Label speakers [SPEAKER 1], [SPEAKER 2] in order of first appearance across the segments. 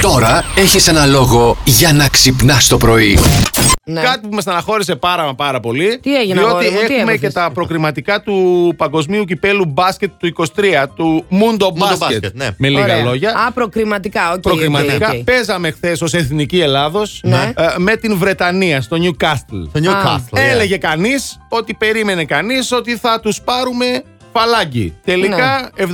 [SPEAKER 1] Τώρα έχεις ένα λόγο για να ξυπνάς το πρωί.
[SPEAKER 2] Ναι.
[SPEAKER 3] Κάτι που με στεναχώρησε πάρα μα πάρα πολύ.
[SPEAKER 2] Τι έγινε,
[SPEAKER 3] διότι
[SPEAKER 2] αγόρι μου, τι
[SPEAKER 3] έχουμε
[SPEAKER 2] έπαθες?
[SPEAKER 3] και τα προκριματικά του παγκοσμίου κυπέλου μπάσκετ του 23, του Mundo Basket.
[SPEAKER 4] Basket, ναι.
[SPEAKER 3] Με λίγα
[SPEAKER 2] Ωραία.
[SPEAKER 3] λόγια.
[SPEAKER 2] Α, προκριματικά, οκ.
[SPEAKER 3] προκριματικά
[SPEAKER 2] οκ, οκ.
[SPEAKER 3] παίζαμε χθες ως Εθνική Ελλάδος
[SPEAKER 2] Ναι.
[SPEAKER 3] με την Βρετανία στο Newcastle.
[SPEAKER 4] Το Newcastle. yeah.
[SPEAKER 3] Έλεγε κανείς ότι περίμενε κανείς ότι θα τους πάρουμε φαλάκι. Τελικά 78-69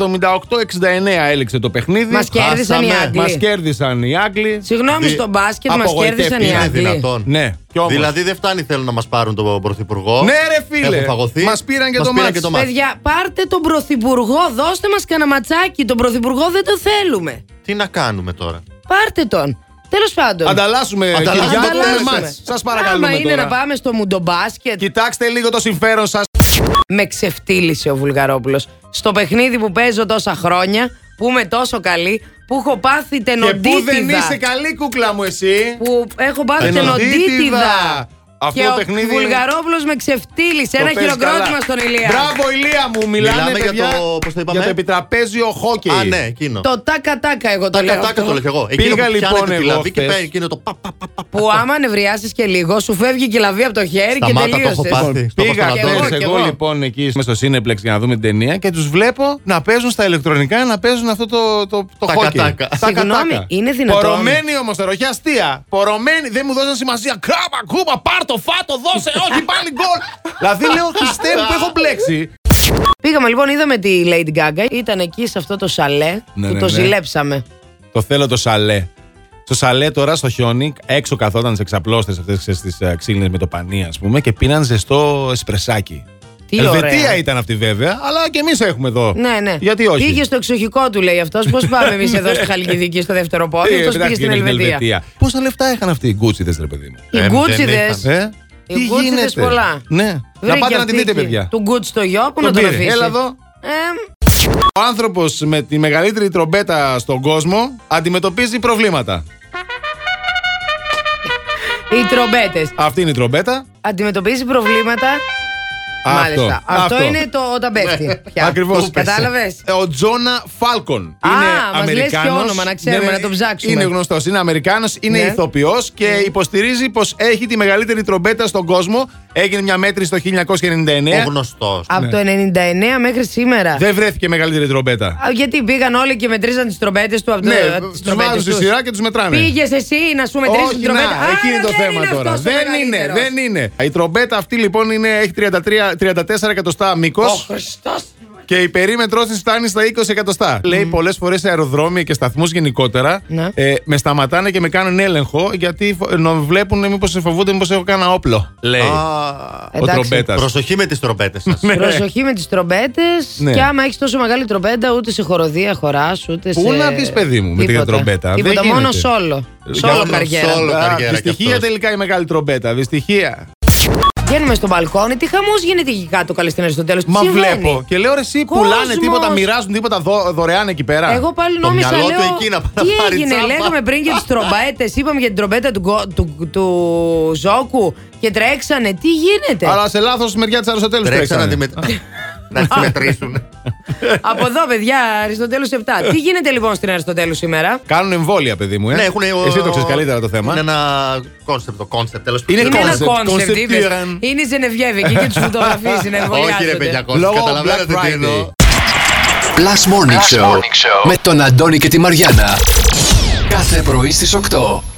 [SPEAKER 3] έληξε το παιχνίδι.
[SPEAKER 2] Ναι. Μας κέρδισαν οι
[SPEAKER 4] χάσαμε.
[SPEAKER 2] Άγγλοι.
[SPEAKER 3] Μας κέρδισαν οι Άγγλοι.
[SPEAKER 2] Συγγνώμη,
[SPEAKER 4] Δι-
[SPEAKER 2] στο μπάσκετ μας
[SPEAKER 3] απογοητεύει,
[SPEAKER 2] κέρδισαν οι
[SPEAKER 3] είναι
[SPEAKER 4] Είναι
[SPEAKER 2] Άγγλοι.
[SPEAKER 4] δυνατόν.
[SPEAKER 3] Ναι, κι όμως.
[SPEAKER 4] Δηλαδή δεν φτάνει θέλουν να μας πάρουν τον Πρωθυπουργό.
[SPEAKER 3] Ναι, ρε φίλε.
[SPEAKER 4] Έχουν φαγωθεί.
[SPEAKER 3] Μας πήραν και
[SPEAKER 4] Μας
[SPEAKER 3] το
[SPEAKER 4] πήραν
[SPEAKER 3] μάτς.
[SPEAKER 4] και το μάτς.
[SPEAKER 2] Παιδιά, πάρτε τον πρωθυπουργό, δώστε μας κανένα ματσάκι. Τον πρωθυπουργό δεν το θέλουμε.
[SPEAKER 4] Τι να κάνουμε τώρα.
[SPEAKER 2] Πάρτε τον. Τέλος πάντων.
[SPEAKER 3] Ανταλλάσσουμε
[SPEAKER 4] Ανταλλάσσουμε.
[SPEAKER 3] Κυριάκο με
[SPEAKER 4] Ανταλλάσσουμε.
[SPEAKER 3] μάτς. Σας παρακαλούμε
[SPEAKER 2] Άμα είναι
[SPEAKER 3] τώρα.
[SPEAKER 2] να πάμε στο μουντομπάσκετ.
[SPEAKER 3] Κοιτάξτε λίγο το συμφέρον σας.
[SPEAKER 2] Με ξεφτύλισε ο Βουλγαρόπουλος. Στο παιχνίδι που παίζω τόσα χρόνια, που είμαι τόσο καλή, που έχω πάθει
[SPEAKER 3] Και
[SPEAKER 2] τενοντίτιδα.
[SPEAKER 3] πού δεν είσαι καλή κούκλα μου εσύ.
[SPEAKER 2] που έχω πάθει
[SPEAKER 3] Τενοντίτιδα.
[SPEAKER 2] τενοντίτιδα.
[SPEAKER 3] Αυτό
[SPEAKER 2] και
[SPEAKER 3] το
[SPEAKER 2] ο
[SPEAKER 3] παιχνίδι-
[SPEAKER 2] Βουλγαρόπουλος με ξεφτύλισε. Ένα
[SPEAKER 3] Το πες
[SPEAKER 2] χειροκρότημα
[SPEAKER 3] καλά.
[SPEAKER 2] στον Ηλία.
[SPEAKER 3] Μπράβο, Ηλία μου. Μιλάμε,
[SPEAKER 4] Μιλάμε για
[SPEAKER 3] παιδιά,
[SPEAKER 4] το- πώς το είπαμε?
[SPEAKER 3] για επιτραπέζιο χόκκι.
[SPEAKER 4] Α, ναι, εκείνο.
[SPEAKER 2] Το τάκα τάκα εγώ το λέω.
[SPEAKER 4] Τάκα, τάκα
[SPEAKER 2] αυτό.
[SPEAKER 4] το λέω κι εγώ.
[SPEAKER 3] Πήγα
[SPEAKER 4] Εκείνο που
[SPEAKER 3] λοιπόν
[SPEAKER 4] πιάνεται τη
[SPEAKER 3] εγώ
[SPEAKER 4] λαβή και
[SPEAKER 3] χθες.
[SPEAKER 4] παίρνει εκείνο το πα, πα, πα, πα,
[SPEAKER 2] Που άμα νευριάσει και λίγο, σου φεύγει και η λαβή από το χέρι
[SPEAKER 4] Σταμάτα,
[SPEAKER 2] και
[SPEAKER 4] το έχω
[SPEAKER 2] τελείωσε.
[SPEAKER 4] πάθει. Στο
[SPEAKER 3] Πήγα
[SPEAKER 4] Παπανατολό.
[SPEAKER 3] χθες
[SPEAKER 2] Κι εγώ, κι
[SPEAKER 3] εγώ
[SPEAKER 2] εγώ.
[SPEAKER 3] λοιπόν εκεί μέσα στο Cineplex για να δούμε την ταινία και τους βλέπω να παίζουν στα ηλεκτρονικά να παίζουν αυτό το, το, το
[SPEAKER 4] Τάκα,
[SPEAKER 3] χόκι.
[SPEAKER 4] τάκα.
[SPEAKER 2] Συγγνώμη, είναι δυνατόν?
[SPEAKER 3] Πορωμένη όμως, ροχιά αστεία. Πορωμένη, δεν μου δώσαν σημασία. Κράπα, κούπα, πάρ το, φάτο, δώσε, όχι πάλι γκολ. δηλαδή λέω, χριστέ μου που έχω μπλέξει.
[SPEAKER 2] Πήγαμε λοιπόν, είδαμε τη Lady Gaga. Ήταν εκεί σε αυτό το σαλέ
[SPEAKER 3] Ναι,
[SPEAKER 2] που
[SPEAKER 3] ναι,
[SPEAKER 2] το
[SPEAKER 3] ναι.
[SPEAKER 2] ζηλέψαμε.
[SPEAKER 3] Το θέλω το σαλέ. Στο σαλέ τώρα στο χιόνι, έξω καθόταν σε ξαπλώστε αυτέ τι ξύλινε ε, με το πανί, ας πούμε, και πίναν ζεστό εσπρεσάκι.
[SPEAKER 2] Τι
[SPEAKER 3] Ελβετία
[SPEAKER 2] ωραία.
[SPEAKER 3] ήταν αυτή βέβαια, αλλά και εμείς έχουμε εδώ.
[SPEAKER 2] Ναι, ναι.
[SPEAKER 3] Γιατί όχι.
[SPEAKER 2] Πήγε στο εξοχικό του, λέει αυτός. Πώς πάμε εμείς εδώ στη
[SPEAKER 3] Ναι. Ε,
[SPEAKER 2] Χαλκιδική, στο δεύτερο
[SPEAKER 4] Ε,
[SPEAKER 2] πόδι. Αυτό πήγε στην Ελβετία.
[SPEAKER 3] Πόσα λεφτά είχαν αυτοί οι γκούτσιδες, ρε παιδί μου.
[SPEAKER 2] Οι
[SPEAKER 4] Ε,
[SPEAKER 2] γκούτσιδε.
[SPEAKER 4] δεν
[SPEAKER 3] Ε,
[SPEAKER 2] Οι
[SPEAKER 3] τι
[SPEAKER 2] γκούτσιδες
[SPEAKER 3] γίνεται.
[SPEAKER 2] πολλά.
[SPEAKER 3] Ναι. Να πάτε να τη δείτε, παιδιά.
[SPEAKER 2] Του γκούτ στο γιο που
[SPEAKER 3] Τον
[SPEAKER 2] να τον
[SPEAKER 3] πήρε.
[SPEAKER 2] αφήσει.
[SPEAKER 3] Έλα εδώ.
[SPEAKER 2] Ε,
[SPEAKER 3] Ο άνθρωπος με τη μεγαλύτερη τρομπέτα στον κόσμο αντιμετωπίζει προβλήματα.
[SPEAKER 2] οι τρομπέτες.
[SPEAKER 3] Αυτή είναι η τρομπέτα.
[SPEAKER 2] Αντιμετωπίζει προβλήματα. Μάλιστα. Αυτό, είναι το όταν πέφτει.
[SPEAKER 3] Ακριβώ.
[SPEAKER 2] Κατάλαβες.
[SPEAKER 3] Ε, Ο Τζόνα Φάλκον.
[SPEAKER 2] Α,
[SPEAKER 3] είναι
[SPEAKER 2] μας λες και
[SPEAKER 3] Αμερικάνος. Ναι,
[SPEAKER 2] όνομα, να ξέρουμε, να το ψάξουμε.
[SPEAKER 3] Είναι γνωστός. Είναι Αμερικάνος, είναι
[SPEAKER 2] Ναι.
[SPEAKER 3] ηθοποιός και υποστηρίζει πως έχει τη μεγαλύτερη τρομπέτα στον κόσμο. Έγινε μια μέτρηση το 1999.
[SPEAKER 4] Ο γνωστός.
[SPEAKER 2] Από το 99 μέχρι σήμερα.
[SPEAKER 3] Ναι. Δεν βρέθηκε μεγαλύτερη τρομπέτα.
[SPEAKER 2] Α, Γιατί πήγαν όλοι και μετρίζαν τις τρομπέτες του από το-
[SPEAKER 3] Ναι,
[SPEAKER 2] από τις
[SPEAKER 3] τους
[SPEAKER 2] τρομπέτες
[SPEAKER 3] βάζουν στη
[SPEAKER 2] τους.
[SPEAKER 3] σειρά και τους μετράνε.
[SPEAKER 2] Πήγες εσύ να σου μετρήσεις
[SPEAKER 3] Όχι,
[SPEAKER 2] την τρομπέτα.
[SPEAKER 3] να,
[SPEAKER 2] Άρα
[SPEAKER 3] εκεί είναι το
[SPEAKER 2] δεν
[SPEAKER 3] θέμα
[SPEAKER 2] είναι
[SPEAKER 3] τώρα.
[SPEAKER 2] αυτός ο
[SPEAKER 3] Δεν είναι,
[SPEAKER 2] μεγαλύτερος.
[SPEAKER 3] δεν είναι. Η τρομπέτα αυτή λοιπόν είναι, έχει 33, 34 εκατοστά μήκος. Και η περίμετρό της φτάνει στα 20 εκατοστά. Λέει πολλές φορές σε αεροδρόμια και σταθμούς γενικότερα
[SPEAKER 2] Ναι.
[SPEAKER 3] ε, με σταματάνε και με κάνουν έλεγχο γιατί φο- ε, νο- βλέπουν μήπω φοβούνται μήπως έχω κάνα όπλο. Λέει
[SPEAKER 4] Α,
[SPEAKER 3] ο
[SPEAKER 2] εντάξει.
[SPEAKER 3] τρομπέτας.
[SPEAKER 4] Προσοχή με τις τρομπέτες σας.
[SPEAKER 2] Προσοχή με τις τρομπέτες.
[SPEAKER 3] Ναι.
[SPEAKER 2] Και άμα έχεις τόσο μεγάλη τρομπέτα, ούτε σε χοροδία χωράς, ούτε σε.
[SPEAKER 3] Πού να δεις, παιδί μου, με την
[SPEAKER 2] τίποτα.
[SPEAKER 3] τρομπέτα.
[SPEAKER 2] Τίποτα,
[SPEAKER 3] Δεν
[SPEAKER 2] μόνο
[SPEAKER 3] γίνεται.
[SPEAKER 2] σόλο. Σόλο
[SPEAKER 4] Μόνο
[SPEAKER 2] καριέρα.
[SPEAKER 4] solo. καριέρα κι
[SPEAKER 3] Δυστυχία
[SPEAKER 4] αυτός.
[SPEAKER 3] τελικά η μεγάλη τρομπέτα. Δυστυχία.
[SPEAKER 2] Βγαίνουμε στο μπαλκόνι, τι χαμός γίνεται εκεί κάτω, καλέ τίνε στο τέλος.
[SPEAKER 3] Μα βλέπω. Και λέω ρε, εσύ
[SPEAKER 2] Κόσμος.
[SPEAKER 3] πουλάνε τίποτα, μοιράζουν τίποτα δω- δωρεάν εκεί πέρα.
[SPEAKER 2] Εγώ πάλι
[SPEAKER 4] Το
[SPEAKER 2] νόμιζα.
[SPEAKER 4] μυαλό του
[SPEAKER 2] λέω,
[SPEAKER 4] εκεί να πάει να
[SPEAKER 2] Τι
[SPEAKER 4] πάρει
[SPEAKER 2] έγινε,
[SPEAKER 4] τσάμπα.
[SPEAKER 2] λέγαμε πριν για τις τρομπέτες. Είπαμε για την τρομπέτα του, γκο- του, του Ζόκου και τρέξανε. Τι γίνεται.
[SPEAKER 3] Αλλά σε λάθος μεριά της Αριστοτέλους
[SPEAKER 4] Τρέξα να τη
[SPEAKER 3] τρέξανε.
[SPEAKER 4] μετ- να τη μετρήσουν.
[SPEAKER 2] Από εδώ, παιδιά, Αριστοτέλους 7. Τι γίνεται λοιπόν στην Αριστοτέλους σήμερα.
[SPEAKER 3] Κάνουν εμβόλια, παιδί μου. Ε.
[SPEAKER 4] Ναι, έχουν.
[SPEAKER 3] Εσύ το ξέρεις καλύτερα το θέμα.
[SPEAKER 4] Είναι ένα κόνσεπτ, το κόνσεπτ τέλος
[SPEAKER 3] Είναι
[SPEAKER 2] Είναι ένα
[SPEAKER 3] concept,
[SPEAKER 2] κόνσεπτ,
[SPEAKER 3] concept
[SPEAKER 2] είπες.
[SPEAKER 3] ήταν.
[SPEAKER 2] Είναι η Ζενεβιέβη εκεί και τους φωτογραφίζει να
[SPEAKER 4] Όχι, ρε
[SPEAKER 2] εμβολιάζονται.
[SPEAKER 4] παιδιά,
[SPEAKER 3] Λόγω
[SPEAKER 4] κόνσεπτ. Καταλαβαίνετε
[SPEAKER 3] Black
[SPEAKER 4] τι
[SPEAKER 3] Friday.
[SPEAKER 4] εννοώ.
[SPEAKER 1] Plus Morning, Show, με τον Αντώνη και τη Μαριάνα. Κάθε πρωί στις 8.